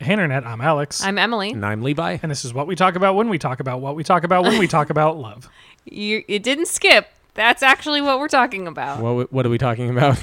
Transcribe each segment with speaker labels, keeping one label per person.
Speaker 1: Hey, Internet, I'm Alex.
Speaker 2: I'm Emily.
Speaker 3: And I'm Levi.
Speaker 1: and this is what we talk about when we talk about what we talk about when we talk about love.
Speaker 2: You it didn't skip. That's actually what we're talking about.
Speaker 3: What, what are we talking about?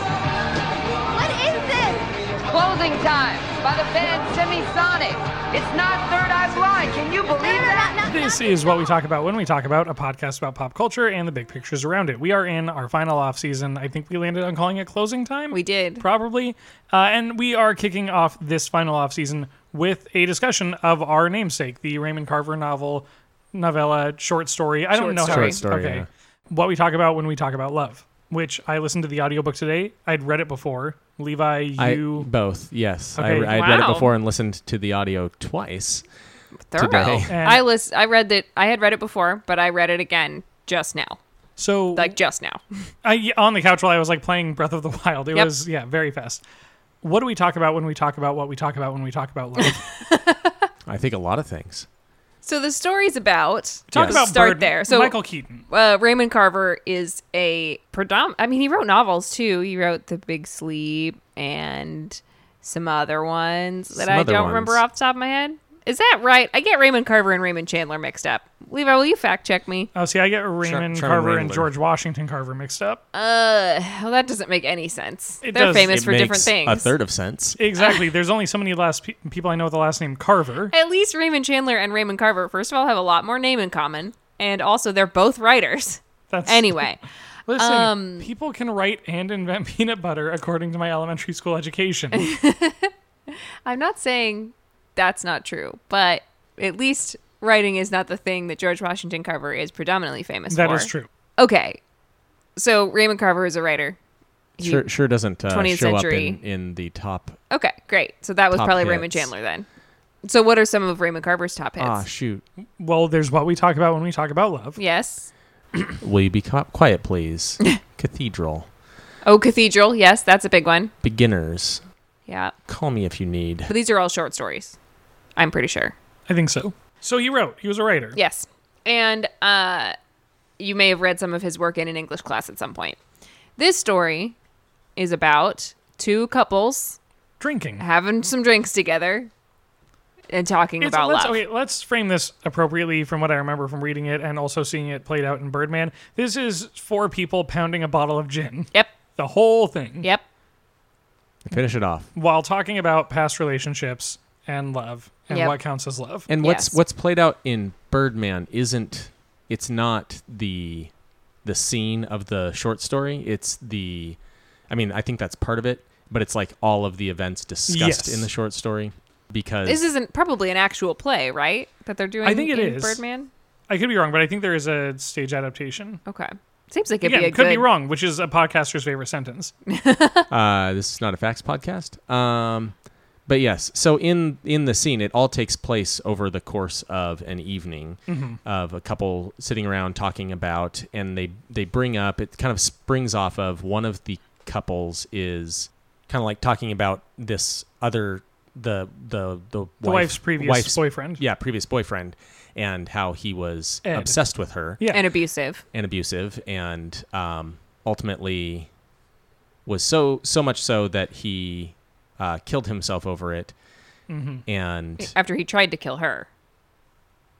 Speaker 4: What is this?
Speaker 5: Closing time by the band Semisonic. It's not Third Eye's Line. Can you believe that?
Speaker 1: This is what we talk about when we talk about a podcast about pop culture and the big pictures around it. We are in our final off season. I think we landed on calling it closing time.
Speaker 2: We did.
Speaker 1: probably, uh, and we are kicking off this final off season with a discussion of our namesake, the Raymond Carver novel, novella, short story. I don't
Speaker 2: Short
Speaker 1: know how
Speaker 2: story.
Speaker 1: it's-
Speaker 3: Short story,
Speaker 1: okay.
Speaker 3: yeah.
Speaker 1: What we talk about when we talk about love, which I listened to the audiobook today. I'd read it before. Levi,
Speaker 3: I,
Speaker 1: you
Speaker 3: both, yes. I,
Speaker 1: Okay.
Speaker 3: re- I read
Speaker 2: Wow.
Speaker 3: it before and listened to the audio twice.
Speaker 2: Thorough.
Speaker 3: Today.
Speaker 1: And-
Speaker 2: I list I read that I had read it before, but I read it again just now.
Speaker 1: so
Speaker 2: Like just now.
Speaker 1: I, yeah, on the couch while I was like playing Breath of the Wild. It
Speaker 2: Yep.
Speaker 1: was yeah, very fast. What do we talk about when we talk about what we talk about when we talk about love?
Speaker 3: I think a lot of things.
Speaker 2: So the story's about
Speaker 1: talk
Speaker 3: Yes.
Speaker 1: about
Speaker 2: start
Speaker 1: Bird-
Speaker 2: there. So
Speaker 1: Michael Keaton.
Speaker 2: uh, Raymond Carver is a predom. I mean, he wrote novels too. He wrote The Big Sleep and some other ones that
Speaker 3: Some
Speaker 2: I
Speaker 3: other
Speaker 2: don't remember
Speaker 3: ones.
Speaker 2: off the top of my head. Is that right? I get Raymond Carver and Raymond Chandler mixed up. Levi, will you fact check me?
Speaker 1: Oh, see, I get Raymond
Speaker 3: Charlie
Speaker 1: Carver and
Speaker 3: Wrangler.
Speaker 1: George Washington Carver mixed up.
Speaker 2: Uh, well, that doesn't make any sense.
Speaker 1: It
Speaker 2: They're
Speaker 1: does.
Speaker 2: famous
Speaker 3: It
Speaker 2: for different
Speaker 3: makes
Speaker 2: things.
Speaker 3: A third of sense.
Speaker 1: Exactly. There's only so many last pe- people I know with the last name Carver.
Speaker 2: At least Raymond Chandler and Raymond Carver, first of all, have a lot more name in common, and also they're both writers.
Speaker 1: That's
Speaker 2: Anyway, um,
Speaker 1: Listen, people can write and invent peanut butter according to my elementary school education.
Speaker 2: I'm not saying that's not true, but at least writing is not the thing that George Washington Carver is predominantly famous
Speaker 1: that
Speaker 2: for.
Speaker 1: is true.
Speaker 2: Okay. So Raymond Carver is a writer. He-
Speaker 3: Sure, sure doesn't uh,
Speaker 2: 20th
Speaker 3: show
Speaker 2: century.
Speaker 3: up in, in the top.
Speaker 2: Okay, great. So that was
Speaker 3: Top
Speaker 2: probably Raymond
Speaker 3: hits.
Speaker 2: Chandler then. So what are some of Raymond Carver's top hits?
Speaker 3: Ah, shoot.
Speaker 1: Well, there's what we talk about when we talk about love.
Speaker 2: yes.
Speaker 3: Will you be co- quiet, please? Cathedral.
Speaker 2: Oh, Cathedral. Yes, that's a big one.
Speaker 3: Beginners.
Speaker 2: Yeah.
Speaker 3: Call me if you need.
Speaker 2: But these are all short stories. I'm pretty sure.
Speaker 1: I think so. So he wrote. He was a writer.
Speaker 2: Yes. And uh, you may have read some of his work in an English class at some point. This story is about two couples
Speaker 1: Drinking.
Speaker 2: having some drinks together and talking
Speaker 1: It's-
Speaker 2: about
Speaker 1: let's,
Speaker 2: love.
Speaker 1: Okay, let's frame this appropriately from what I remember from reading it and also seeing it played out in Birdman. This is four people pounding a bottle of gin,
Speaker 2: Yep.
Speaker 1: the whole thing,
Speaker 2: Yep.
Speaker 3: Finish it off.
Speaker 1: while talking about past relationships and love and
Speaker 2: Yep.
Speaker 1: what counts as love.
Speaker 3: And what's
Speaker 2: Yes.
Speaker 3: what's played out in Birdman isn't it's not the the scene of the short story. It's the I mean, I think that's part of it, but it's like all of the events discussed
Speaker 1: Yes.
Speaker 3: in the short story because
Speaker 2: This isn't probably an actual play, right? That they're doing.
Speaker 1: I think it
Speaker 2: in
Speaker 1: is.
Speaker 2: Birdman.
Speaker 1: I could be wrong, but I think there is a stage adaptation.
Speaker 2: Okay. Seems like it'd
Speaker 1: Again,
Speaker 2: be a
Speaker 1: could
Speaker 2: good.
Speaker 1: be wrong, which is a podcaster's favorite sentence.
Speaker 3: uh, this is not a facts podcast. Um, but yes, so in in the scene, it all takes place over the course of an evening
Speaker 1: Mm-hmm.
Speaker 3: of a couple sitting around talking about, and they they bring up it kind of springs off of one of the couples is kind of like talking about this other the the the,
Speaker 1: The wife's previous
Speaker 3: wife's-
Speaker 1: boyfriend.
Speaker 3: yeah previous boyfriend and how he was
Speaker 1: Ed.
Speaker 3: obsessed with her
Speaker 1: Yeah.
Speaker 2: And abusive.
Speaker 3: and abusive and um, ultimately was so so much so that he uh, killed himself over it and
Speaker 2: After he tried to kill her,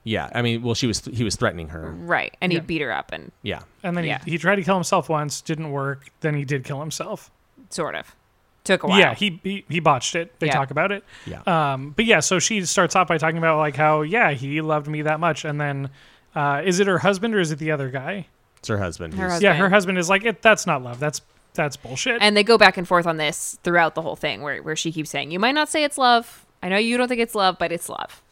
Speaker 3: yeah i mean well she was he was threatening her
Speaker 2: right? And
Speaker 1: Yeah.
Speaker 2: he beat her up and
Speaker 3: yeah
Speaker 1: and then
Speaker 2: Yeah.
Speaker 1: he, he tried to kill himself once, didn't work. Then he did kill himself.
Speaker 2: sort of took a while.
Speaker 1: Yeah, he, he he botched it. They
Speaker 2: Yeah.
Speaker 1: talk about it.
Speaker 3: yeah
Speaker 1: Um, but yeah, so she starts off by talking about like how yeah he loved me that much, and then uh, is it her husband or is it the other guy?
Speaker 3: it's her husband
Speaker 2: Her
Speaker 3: who's-
Speaker 2: husband.
Speaker 1: Yeah, her husband is like it, that's not love. That's that's bullshit.
Speaker 2: and they go back and forth on this throughout the whole thing where, where she keeps saying you might not say it's love i know you don't think it's love but it's love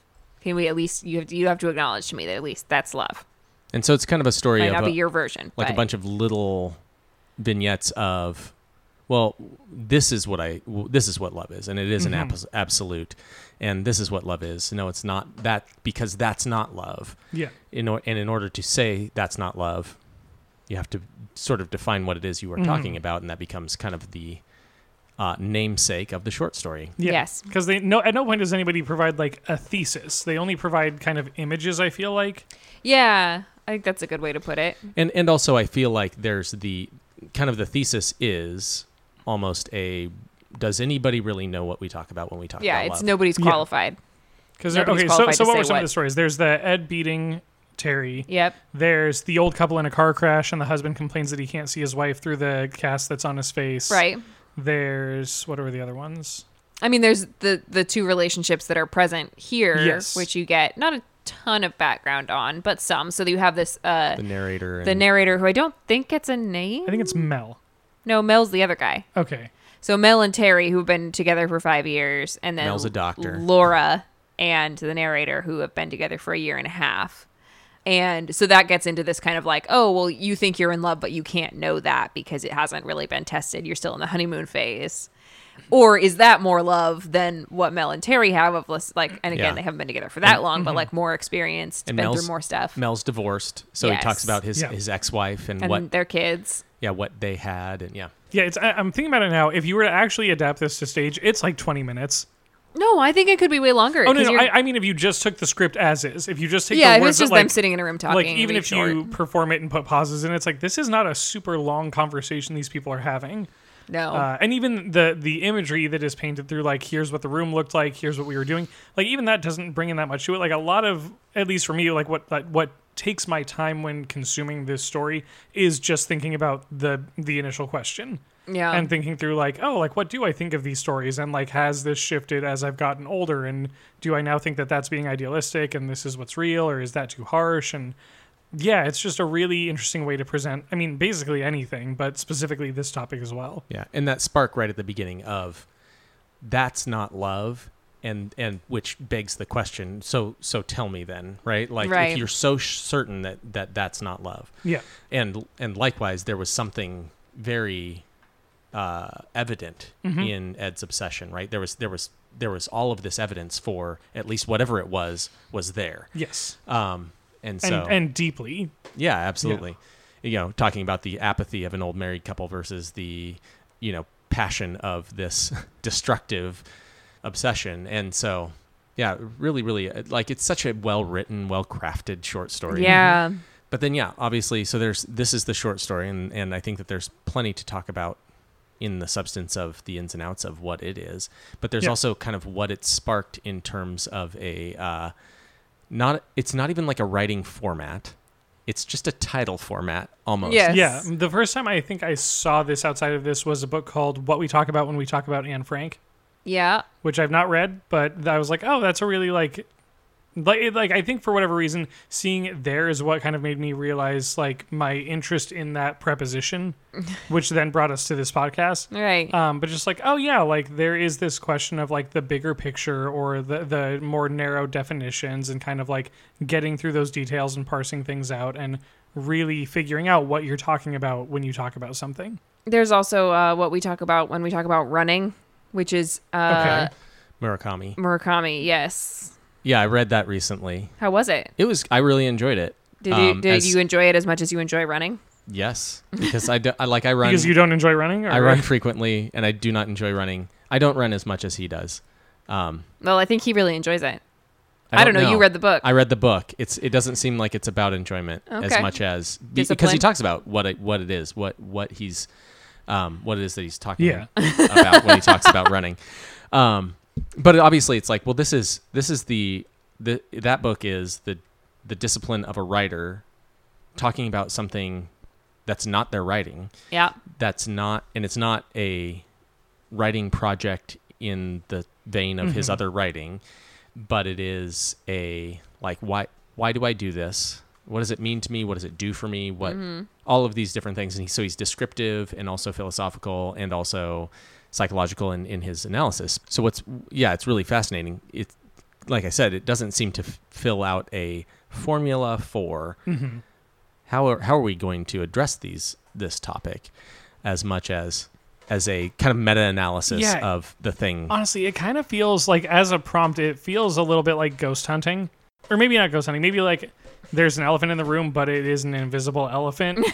Speaker 2: can we at least you have to, you have to acknowledge to me that at least that's love
Speaker 3: and so it's kind of a story
Speaker 2: might
Speaker 3: of
Speaker 2: not
Speaker 3: a-
Speaker 2: be your version
Speaker 3: like a
Speaker 2: but-
Speaker 3: bunch of little vignettes of well this is what i w- this is what love is and it is an abs- absolute and this is what love is no it's not that because that's not love
Speaker 1: yeah,
Speaker 3: in or, and in order to say that's not love, you have to sort of define what it is you
Speaker 2: Mm-hmm.
Speaker 3: are talking about, and that becomes kind of the uh, namesake of the short story.
Speaker 1: yeah.
Speaker 2: Yes.
Speaker 1: because they no at no point does anybody provide like a thesis. They only provide kind of images. I feel like
Speaker 2: yeah i think that's a good way to put it
Speaker 3: And and also, I feel like there's the kind of the thesis is almost a does anybody really know what we talk about when we talk
Speaker 2: Yeah,
Speaker 3: about
Speaker 2: it's
Speaker 3: love?
Speaker 2: nobody's
Speaker 1: Yeah.
Speaker 2: qualified.
Speaker 1: Because
Speaker 2: Nobody's
Speaker 1: okay, so
Speaker 2: qualified
Speaker 1: so
Speaker 2: to
Speaker 1: what
Speaker 2: say
Speaker 1: were some
Speaker 2: what.
Speaker 1: of the stories? There's the Ed beating Terry.
Speaker 2: Yep.
Speaker 1: There's the old couple in a car crash, and the husband complains that he can't see his wife through the cast that's on his face.
Speaker 2: Right.
Speaker 1: There's what were the other ones?
Speaker 2: I mean, there's the the two relationships that are present here,
Speaker 1: Yes.
Speaker 2: which you get not a ton of background on, but some. So you have this uh
Speaker 3: the narrator and
Speaker 2: the narrator who I don't think gets a name.
Speaker 1: I think it's Mel.
Speaker 2: no, Mel's the other guy.
Speaker 1: Okay.
Speaker 2: So Mel and Terry, who've been together for five years, and then
Speaker 3: Mel's a doctor.
Speaker 2: Laura and the narrator, who have been together for a year and a half. And so that gets into this kind of like, oh, well, you think you're in love, but you can't know that because it hasn't really been tested. You're still in the honeymoon phase. Or is that more love than what Mel and Terry have of less like and again
Speaker 3: Yeah.
Speaker 2: they haven't been together for that long,
Speaker 1: mm-hmm.
Speaker 2: but like more experienced,
Speaker 3: and
Speaker 2: been through more stuff.
Speaker 3: Mel's divorced, so
Speaker 2: Yes.
Speaker 3: he talks about his
Speaker 1: Yeah.
Speaker 3: his ex wife and,
Speaker 2: and
Speaker 3: what
Speaker 2: their kids.
Speaker 3: yeah what they had and yeah
Speaker 1: Yeah, it's. I, I'm thinking about it now. If you were to actually adapt this to stage, it's like 20 minutes.
Speaker 2: No, I think it could be way longer.
Speaker 1: Oh no,
Speaker 2: 'cause
Speaker 1: no.
Speaker 2: you're-
Speaker 1: I, I mean, if you just took the script as is, if you just take
Speaker 2: yeah,
Speaker 1: the
Speaker 2: if
Speaker 1: words
Speaker 2: it's just
Speaker 1: that, like,
Speaker 2: them sitting in a room talking.
Speaker 1: like
Speaker 2: it'd
Speaker 1: even
Speaker 2: be
Speaker 1: if
Speaker 2: short.
Speaker 1: you perform it and put pauses in, it's like this is not a super long conversation these people are having.
Speaker 2: no,
Speaker 1: Uh, and even the the imagery that is painted through, like here's what the room looked like, here's what we were doing, like even that doesn't bring in that much to it. Like a lot of, at least for me, like what like, what takes my time when consuming this story is just thinking about the the initial question
Speaker 2: yeah,
Speaker 1: and thinking through like oh like what do i think of these stories and like has this shifted as i've gotten older and do i now think that that's being idealistic and this is what's real or is that too harsh and yeah it's just a really interesting way to present i mean basically anything but specifically this topic as well
Speaker 3: yeah and that spark right at the beginning of that's not love and and which begs the question so so tell me then right like
Speaker 2: Right.
Speaker 3: if you're so sh- certain that that that's not love
Speaker 1: yeah
Speaker 3: and and likewise there was something very uh, evident in Ed's obsession right there was there was there was all of this evidence for at least whatever it was was there
Speaker 1: yes
Speaker 3: um and so
Speaker 1: and and deeply
Speaker 3: yeah absolutely you know talking about the apathy of an old married couple versus the you know passion of this destructive obsession and so yeah really really uh, like it's such a well written well crafted short story
Speaker 2: yeah.
Speaker 3: but then yeah obviously so there's this is the short story and and i think that there's plenty to talk about in the substance of the ins and outs of what it is but there's
Speaker 1: Yeah.
Speaker 3: also kind of what it sparked in terms of a uh not it's not even like a writing format it's just a title format almost
Speaker 2: Yes.
Speaker 1: yeah the first time i think i saw this outside of this was a book called what we talk about when we talk about anne frank
Speaker 2: Yeah.
Speaker 1: which I've not read, but I was like, oh, that's a really like, like, like I think for whatever reason, seeing it there is what kind of made me realize like my interest in that preposition, which then brought us to this podcast.
Speaker 2: Right.
Speaker 1: Um, but just like, oh yeah, like there is this question of like the bigger picture or the the more narrow definitions and kind of like getting through those details and parsing things out and really figuring out what you're talking about when you talk about something.
Speaker 2: There's also uh, what we talk about when we talk about running, which is uh,
Speaker 1: Okay.
Speaker 3: murakami
Speaker 2: Murakami. Yes.
Speaker 3: yeah i read that recently
Speaker 2: How was it?
Speaker 3: it was i really enjoyed it
Speaker 2: Did you
Speaker 3: Um,
Speaker 2: did
Speaker 3: as-
Speaker 2: you enjoy it as much as you enjoy running?
Speaker 3: yes because i, do, I like i run
Speaker 1: Because you don't enjoy running, or
Speaker 3: i run frequently and i do not enjoy running i don't run as much as he does um
Speaker 2: Well, I think he really enjoys it. I don't know, you read the book.
Speaker 3: I read the book. It's it doesn't seem like it's about enjoyment
Speaker 2: Okay.
Speaker 3: as much as be- because he
Speaker 2: Discipline.
Speaker 3: talks about what it, what it is, what what he's um, what it is that he's talking
Speaker 1: Yeah.
Speaker 3: about when he talks about running. Um, but obviously, it's like well, this is this is the the that book is the the discipline of a writer talking about something that's not their writing
Speaker 2: Yeah.
Speaker 3: that's not and it's not a writing project in the vein of
Speaker 2: Mm-hmm.
Speaker 3: his other writing but it is a like why why do i do this what does it mean to me what does it do for me what all of these different things and he, so he's descriptive and also philosophical and also psychological in, in his analysis so what's yeah it's really fascinating it like i said it doesn't seem to f- fill out a formula for
Speaker 1: Mm-hmm.
Speaker 3: how are, how are we going to address these this topic as much as as a kind of meta analysis
Speaker 1: Yeah.
Speaker 3: of the thing
Speaker 1: honestly, it kind of feels like as a prompt, it feels a little bit like ghost hunting, or maybe not ghost hunting. Maybe like there's an elephant in the room, but it is an invisible elephant,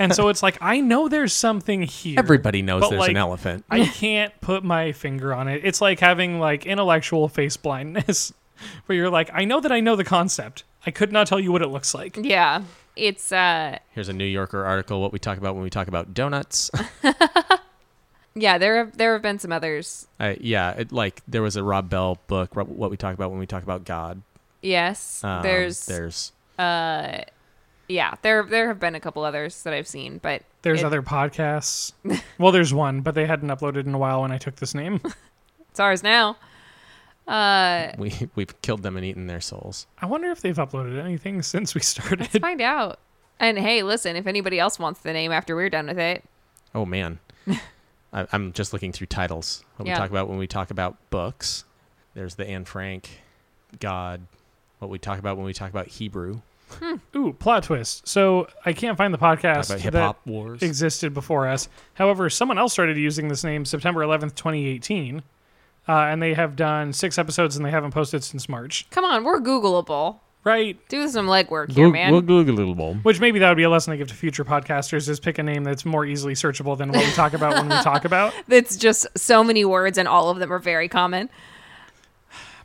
Speaker 1: and so it's like I know there's something here.
Speaker 3: everybody knows
Speaker 1: but,
Speaker 3: there's an
Speaker 1: like,
Speaker 3: elephant
Speaker 1: I can't put my finger on it. It's like having like intellectual face blindness, where you're like, I know that I know the concept. I could not tell you what it looks like.
Speaker 2: Yeah. it's uh
Speaker 3: Here's a New Yorker article. What we talk about when we talk about donuts.
Speaker 2: yeah, there have there have been some others.
Speaker 3: I, yeah, it, like there was a Rob Bell book. Rob- What we talk about when we talk about God.
Speaker 2: Yes.
Speaker 3: Um,
Speaker 2: there's
Speaker 3: there's
Speaker 2: yeah, there there have been a couple others that I've seen, but
Speaker 1: There's
Speaker 2: it-
Speaker 1: other podcasts. well, there's one, but they hadn't uploaded in a while when I took this name.
Speaker 2: it's ours now. Uh
Speaker 3: we we've killed them and eaten their souls.
Speaker 1: I wonder if they've uploaded anything since we
Speaker 2: let's
Speaker 1: started.
Speaker 2: find out. And hey, listen, if anybody else wants the name after we're done with it,
Speaker 3: Oh man, I, I'm just looking through titles. What
Speaker 2: Yeah.
Speaker 3: we talk about when we talk about books. There's the Anne Frank, God. What we talk about when we talk about Hebrew.
Speaker 1: Ooh, plot twist. So I can't find the
Speaker 3: Talk
Speaker 1: podcast
Speaker 3: about
Speaker 1: that
Speaker 3: hip hop wars.
Speaker 1: existed before us. However, someone else started using this name September 11th, 2018. Uh, and they have done six episodes and they haven't posted since March.
Speaker 2: come on, we're Googleable.
Speaker 1: Right.
Speaker 2: Do some legwork here, man.
Speaker 3: Google a little more.
Speaker 1: Which maybe that would be a lesson I give to future podcasters is pick a name that's more easily searchable than what we talk about when we talk about.
Speaker 2: That's just so many words, and all of them are very common.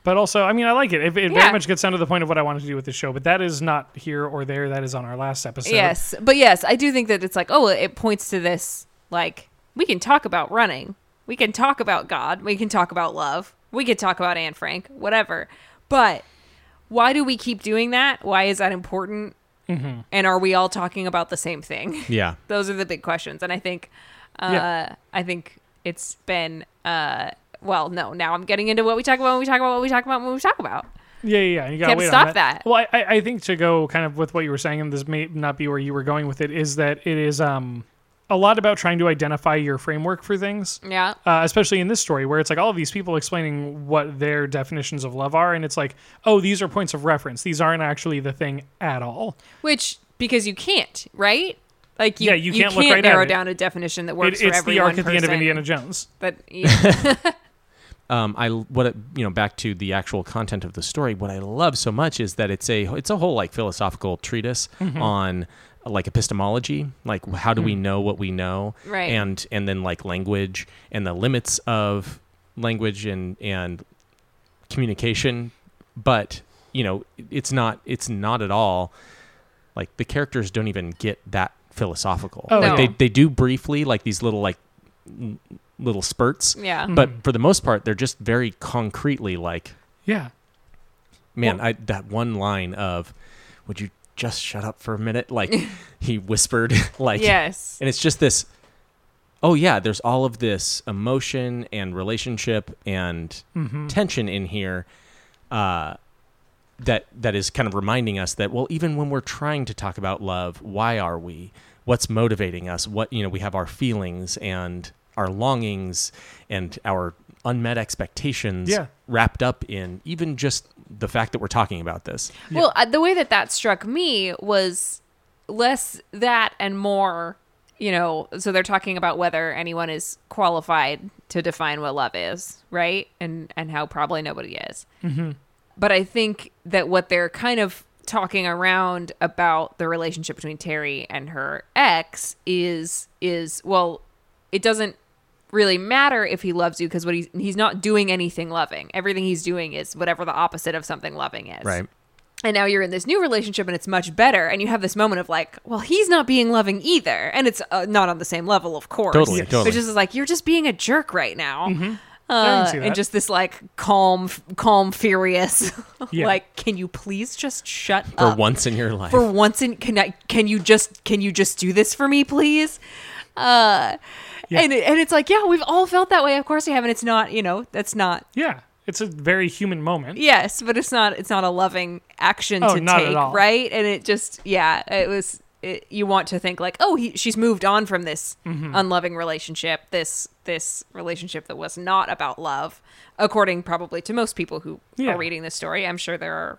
Speaker 1: But also, I mean, I like it. It, it
Speaker 2: Yeah.
Speaker 1: very much gets down to the point of what I wanted to do with this show, but that is not here or there. That is on our last episode.
Speaker 2: Yes, but yes, I do think that it's like, oh, it points to this. Like, we can talk about running, we can talk about God, we can talk about love, we can talk about Anne Frank, whatever. But why do we keep doing that? Why is that important? And are we all talking about the same thing?
Speaker 3: Yeah.
Speaker 2: Those are the big questions, and I think, uh,
Speaker 1: Yeah.
Speaker 2: I think it's been. Uh, well, no, now I'm getting into what we talk about when we talk about what we talk about when we talk about.
Speaker 1: Yeah, yeah, yeah. You gotta
Speaker 2: Can't
Speaker 1: wait on
Speaker 2: stop that.
Speaker 1: Well, I- I, I think to go kind of with what you were saying, and this may not be where you were going with it, is that it is um a lot about trying to identify your framework for things.
Speaker 2: Yeah.
Speaker 1: Uh, especially in this story, where it's like all of these people explaining what their definitions of love are, and it's like, oh, these are points of reference. These aren't actually the thing at all.
Speaker 2: Which because you can't, right? Like you,
Speaker 1: Yeah, you can't look right at
Speaker 2: narrow
Speaker 1: it.
Speaker 2: down a definition that
Speaker 1: It-
Speaker 2: works for
Speaker 1: it's
Speaker 2: every
Speaker 1: the arc
Speaker 2: one
Speaker 1: at the end of
Speaker 2: person.
Speaker 1: Indiana Jones.
Speaker 2: But yeah,
Speaker 3: um, I what it, you know back to the actual content of the story. What I love so much is that it's a it's a whole like philosophical treatise
Speaker 2: Mm-hmm.
Speaker 3: on like epistemology, like how do we know what we know,
Speaker 2: Right.
Speaker 3: And and then like language and the limits of language and and communication, but you know it's not it's not at all like the characters don't even get that philosophical.
Speaker 1: Oh,
Speaker 3: like
Speaker 2: No.
Speaker 3: they they do briefly like these little like n- little spurts
Speaker 2: yeah,
Speaker 3: but for the most part they're just very concretely like
Speaker 1: Yeah.
Speaker 3: man I, that one line of would you just shut up for a minute like he whispered like
Speaker 2: yes,
Speaker 3: and it's just this oh yeah there's all of this emotion and relationship and tension in here uh, that that is kind of reminding us that well even when we're trying to talk about love why are we what's motivating us what you know we have our feelings and our longings and our unmet expectations
Speaker 1: Yeah.
Speaker 3: wrapped up in even just the fact that we're talking about this
Speaker 2: Well, uh, the way that that struck me was less that and more, you know, so they're talking about whether anyone is qualified to define what love is, right? And and how probably nobody is. Mm-hmm. But I think that what they're kind of talking around about the relationship between Terry and her ex is is well, it doesn't really matter if he loves you because what he's he's not doing anything loving. Everything he's doing is whatever the opposite of something loving is
Speaker 3: right
Speaker 2: and now you're in this new relationship and it's much better and you have this moment of like well he's not being loving either and it's uh, not on the same level of course
Speaker 3: Totally, Yes. totally.
Speaker 2: which is like you're just being a jerk right now
Speaker 1: I can
Speaker 2: uh,
Speaker 1: see
Speaker 2: and
Speaker 1: that.
Speaker 2: just this like calm calm furious
Speaker 1: Yeah.
Speaker 2: like can you please just shut
Speaker 3: for
Speaker 2: up
Speaker 3: once in your life
Speaker 2: Uh, for once in can I, can you just can you just do this for me please uh and and it's like yeah we've all felt that way of course we have and it's not you know that's not
Speaker 1: Yeah. It's a very human moment.
Speaker 2: Yes, but it's not it's not a loving action
Speaker 1: Oh,
Speaker 2: to
Speaker 1: not at
Speaker 2: take,
Speaker 1: all.
Speaker 2: right? And it just yeah, it was it, you want to think like, oh, he, she's moved on from this
Speaker 1: Mm-hmm.
Speaker 2: unloving relationship, this this relationship that was not about love, according probably to most people who
Speaker 1: Yeah.
Speaker 2: are reading this story. I'm sure there are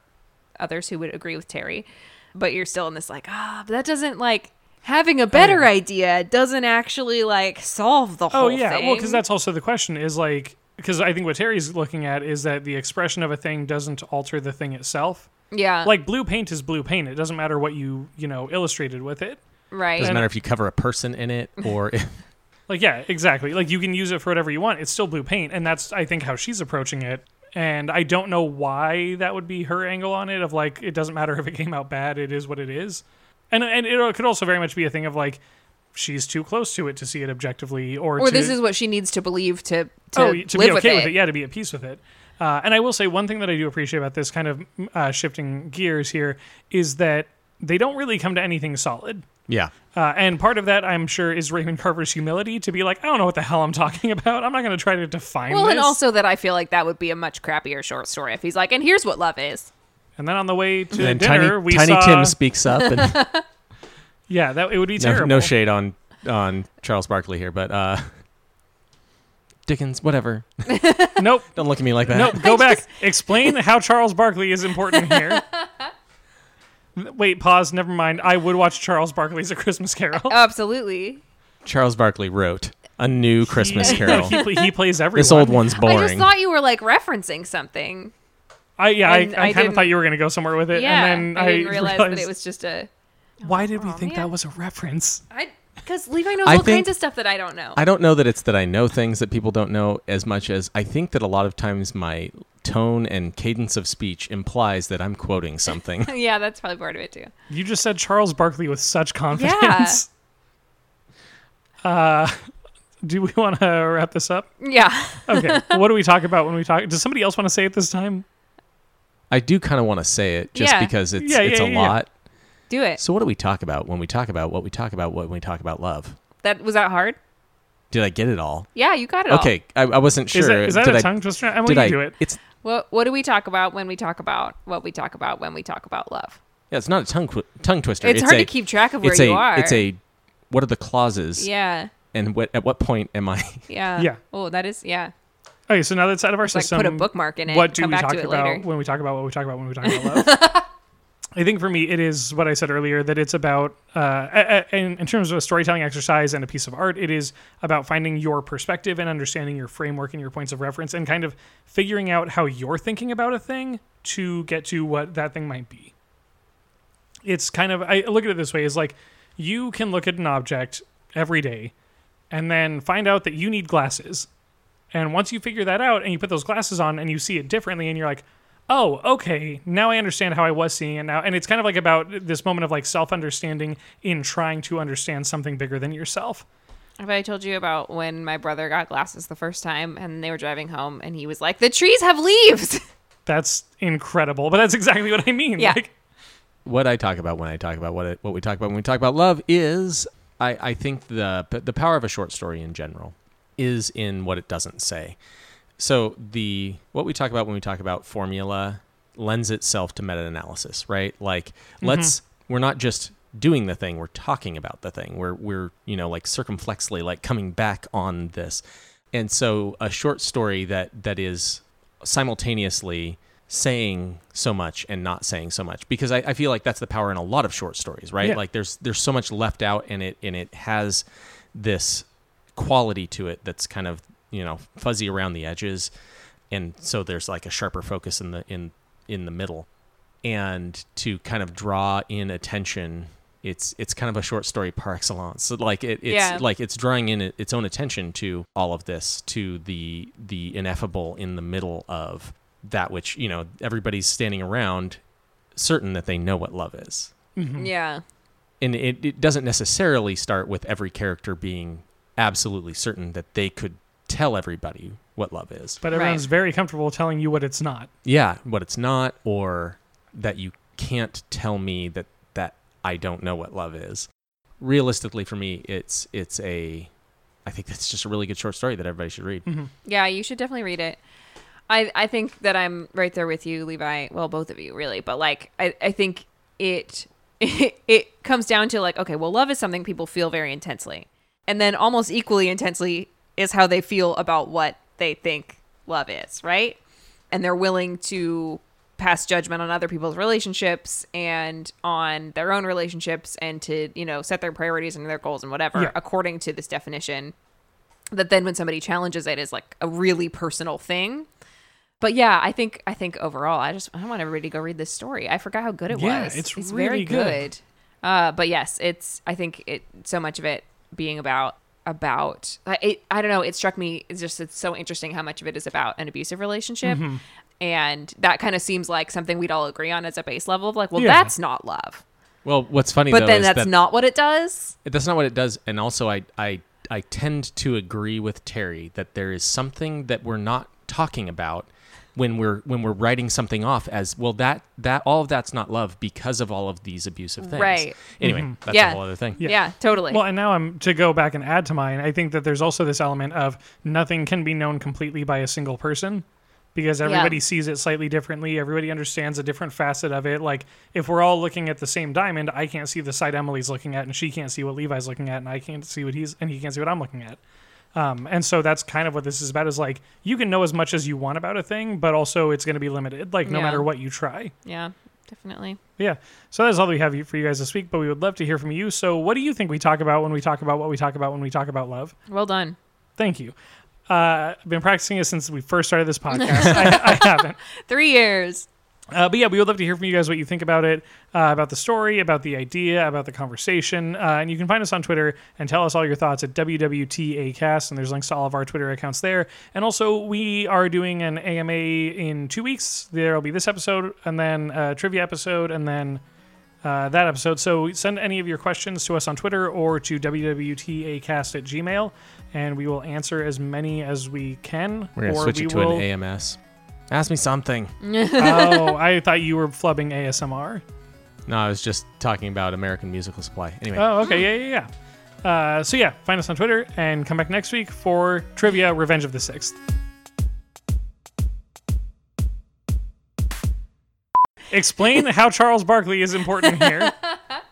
Speaker 2: others who would agree with Terry, but you're still in this like, ah, but that doesn't like
Speaker 1: Oh,
Speaker 2: having a better idea doesn't actually like solve the whole
Speaker 1: Oh
Speaker 2: thing.
Speaker 1: yeah, well, because that's also the question is like because I think what Terry's looking at is that the expression of a thing doesn't alter the thing itself.
Speaker 2: yeah,
Speaker 1: Like blue paint is blue paint; it doesn't matter what you you know illustrated with it.
Speaker 2: right.
Speaker 3: doesn't matter if you cover a person in it or if
Speaker 1: Like yeah, exactly. Like you can use it for whatever you want; it's still blue paint, and that's I think how she's approaching it. And I don't know why that would be her angle on it of like it doesn't matter if it came out bad; it is what it is. and and it could also very much be a thing of like she's too close to it to see it objectively, or
Speaker 2: Or
Speaker 1: to,
Speaker 2: this is what she needs to believe to to,
Speaker 1: oh, to
Speaker 2: live
Speaker 1: be okay with it.
Speaker 2: Yeah.
Speaker 1: yeah, to be at peace with it. Uh, and I will say one thing that I do appreciate about this kind of uh, shifting gears here is that they don't really come to anything solid.
Speaker 3: Yeah.
Speaker 1: Uh, and part of that, I'm sure, is Raymond Carver's humility to be like, I don't know what the hell I'm talking about. I'm not going to try to define
Speaker 2: Well,
Speaker 1: this.
Speaker 2: and also that I feel like that would be a much crappier short story if he's like, and here's what love is.
Speaker 1: And then on the way to
Speaker 3: And
Speaker 1: dinner,
Speaker 3: Tiny,
Speaker 1: we
Speaker 3: Tiny
Speaker 1: saw
Speaker 3: Tim speaks up, and
Speaker 1: yeah, that it would be
Speaker 3: no,
Speaker 1: terrible.
Speaker 3: no shade on on Charles Barkley here, but uh, Dickens, whatever.
Speaker 1: Nope,
Speaker 3: Don't look at me like that.
Speaker 1: nope. Go back. Explain how Charles Barkley is important here. Wait, pause. Never mind. I would watch Charles Barkley's A Christmas Carol.
Speaker 2: Absolutely.
Speaker 3: Charles Barkley wrote a new Christmas
Speaker 1: He-
Speaker 3: Carol.
Speaker 1: He, pl- he plays everyone.
Speaker 3: this old one's
Speaker 2: I just
Speaker 3: boring.
Speaker 2: thought you were like referencing something.
Speaker 1: I yeah, I, I,
Speaker 2: And I
Speaker 1: kind of
Speaker 2: didn't-
Speaker 1: thought you were gonna go somewhere with it,
Speaker 2: Yeah.
Speaker 1: and then
Speaker 2: I,
Speaker 1: I,
Speaker 2: didn't realize
Speaker 1: realized,
Speaker 2: that it was just a.
Speaker 1: why did we think
Speaker 2: man.
Speaker 1: that was a reference?
Speaker 2: I because Levi knows
Speaker 3: I
Speaker 2: all
Speaker 3: think-
Speaker 2: kinds of stuff that I don't know.
Speaker 3: I don't know that it's that I know things that people don't know as much as I think that a lot of times my tone and cadence of speech implies that I'm quoting something.
Speaker 2: yeah, that's probably part of it too.
Speaker 1: You just said Charles Barkley with such confidence. Uh, do we want to wrap this up?
Speaker 2: Yeah.
Speaker 1: Okay. what do we talk about when we talk? Does somebody else want to say it this time?
Speaker 3: I do kind of want to say it just
Speaker 2: Yeah.
Speaker 3: because it's
Speaker 1: Yeah,
Speaker 3: it's
Speaker 1: yeah,
Speaker 3: a
Speaker 1: yeah, yeah.
Speaker 3: lot.
Speaker 2: Do it.
Speaker 3: So what do we talk about when we talk about what we talk about when we talk about love?
Speaker 2: That was that hard? Did
Speaker 3: Did I get it all?
Speaker 2: Yeah, you got it. all.
Speaker 3: Okay, I, I wasn't sure.
Speaker 1: Oh. Is that, is that
Speaker 3: did
Speaker 1: a
Speaker 3: I-
Speaker 1: tongue twister? Emily,
Speaker 3: did
Speaker 1: you
Speaker 3: I
Speaker 1: do it.
Speaker 3: It's
Speaker 2: What what do we talk about when we talk about what we talk about when we talk about love?
Speaker 3: yeah, it's not a tongue qu- tongue twister.
Speaker 2: It's hard
Speaker 3: a-
Speaker 2: to keep track of where
Speaker 3: it's
Speaker 2: you
Speaker 3: a,
Speaker 2: are.
Speaker 3: It's a what are the clauses?
Speaker 2: yeah.
Speaker 3: And what at what point am I?
Speaker 2: Yeah.
Speaker 1: Yeah.
Speaker 2: Oh, that is yeah.
Speaker 1: Okay, so now that's out of our
Speaker 2: like,
Speaker 1: system.
Speaker 2: put a bookmark in it,
Speaker 1: What do
Speaker 2: come
Speaker 1: we
Speaker 2: back
Speaker 1: talk
Speaker 2: to it
Speaker 1: about
Speaker 2: later.
Speaker 1: when we talk about what we talk about when we talk about love? I think for me, it is what I said earlier that it's about, uh, a- a- in, in terms of a storytelling exercise and a piece of art, it is about finding your perspective and understanding your framework and your points of reference and kind of figuring out how you're thinking about a thing to get to what that thing might be. It's kind of, I look at it this way is like you can look at an object every day and then find out that you need glasses and once you figure that out and you put those glasses on and you see it differently and you're like, oh, okay, now I understand how I was seeing it now. And it's kind of like about this moment of like self understanding in trying to understand something bigger than yourself.
Speaker 2: Have I told you about when my brother got glasses the first time and they were driving home and he was like, "The trees have leaves."
Speaker 1: That's incredible. But that's exactly what I mean.
Speaker 2: Yeah.
Speaker 1: Like,
Speaker 3: what I talk about when I talk about what it, what we talk about when we talk about love is I, I think the the power of a short story in general is in what it doesn't say. So the what we talk about when we talk about formula lends itself to meta analysis, right? Like let's we're not just doing the thing, we're talking about the thing. We're we're, you know, like circumflexly like coming back on this. And so a short story that that is simultaneously saying so much and not saying so much because I, I feel like that's the power in a lot of short stories right
Speaker 1: Yeah.
Speaker 3: like there's there's so much left out and it and it has this quality to it that's kind of you know fuzzy around the edges and so there's like a sharper focus in the in in the middle and to kind of draw in attention it's it's kind of a short story par excellence So, like it, it's
Speaker 2: Yeah.
Speaker 3: like it's drawing in it- its own attention to all of this to the the ineffable in the middle of that which you know everybody's standing around certain that they know what love is
Speaker 2: yeah.
Speaker 3: and it, it doesn't necessarily start with every character being absolutely certain that they could tell everybody what love is
Speaker 1: but
Speaker 2: Right.
Speaker 1: everyone's very comfortable telling you what it's not.
Speaker 3: yeah what it's not or that you can't tell me that that i don't know what love is realistically for me it's it's a i think that's just a really good short story that everybody should read
Speaker 2: Yeah, you should definitely read it. I, I think that I'm right there with you, Levi. Well, both of you really, but like I, I think it, it comes down to like, okay, well, love is something people feel very intensely. And then almost equally intensely is how they feel about what they think love is, right? And they're willing to pass judgment on other people's relationships and on their own relationships and to, you know, set their priorities and their goals and whatever
Speaker 1: Yeah.
Speaker 2: according to this definition that then when somebody challenges it is like a really personal thing. But yeah, I think I think overall, I just I want everybody to go read this story. I forgot how good it
Speaker 1: Yeah,
Speaker 2: was.
Speaker 1: it's really
Speaker 2: very
Speaker 1: good.
Speaker 2: good. Uh, but yes, it's I think it so much of it being about about I- it. I don't know. It struck me. It's just it's so interesting how much of it is about an abusive relationship,
Speaker 1: Mm-hmm.
Speaker 2: and that kind of seems like something we'd all agree on as a base level of like, well,
Speaker 1: Yeah.
Speaker 2: that's not love.
Speaker 3: Well, what's funny
Speaker 2: But
Speaker 3: though
Speaker 2: then
Speaker 3: is
Speaker 2: that's
Speaker 3: that
Speaker 2: not what it does.
Speaker 3: that's not what it does. And also, I I I tend to agree with Terry that there is something that we're not talking about when we're when we're writing something off as well. That that all of that's not love because of all of these abusive things.
Speaker 2: Right.
Speaker 3: Anyway,
Speaker 1: Mm-hmm.
Speaker 3: that's
Speaker 2: Yeah.
Speaker 3: a whole other thing.
Speaker 2: Yeah, totally.
Speaker 1: Well, and now I'm to go back and add to mine. I think that there's also this element of nothing can be known completely by a single person because everybody sees it slightly differently. Everybody understands a different facet of it. Like if we're all looking at the same diamond, I can't see the side Emily's looking at, and she can't see what Levi's looking at, and I can't see what he's and he can't see what I'm looking at. Um, and so that's kind of what this is about is like you can know as much as you want about a thing, but also it's going to be limited, like no
Speaker 2: Yeah.
Speaker 1: matter what you try.
Speaker 2: yeah, definitely.
Speaker 1: Yeah. So that's all that we have for you guys this week, but we would love to hear from you. So, what do you think we talk about when we talk about what we talk about when we talk about love?
Speaker 2: Well done.
Speaker 1: Thank you. Uh, I've been practicing it since we first started this podcast. I, I haven't.
Speaker 2: Three years.
Speaker 1: Uh, but yeah, we would love to hear from you guys what you think about it, uh, about the story, about the idea, about the conversation. Uh, and you can find us on Twitter and tell us all your thoughts at WWTAcast. And there's links to all of our Twitter accounts there. And also, we are doing an AMA in two weeks. There'll be this episode, and then a trivia episode, and then uh, that episode. So send any of your questions to us on Twitter or to WWTAcast at Gmail, and we will answer as many as we can.
Speaker 3: We're gonna
Speaker 1: or
Speaker 3: switch
Speaker 1: we
Speaker 3: it to
Speaker 1: will...
Speaker 3: an AMS. Ask me something.
Speaker 2: Mm.
Speaker 1: oh, I thought you were flubbing ASMR.
Speaker 3: No, I was just talking about American musical supply. Anyway,
Speaker 1: Oh, okay. Yeah, yeah, yeah. Uh, so, yeah, find us on Twitter and come back next week for Trivia Revenge of the Sixth. Explain how Charles Barkley is important here.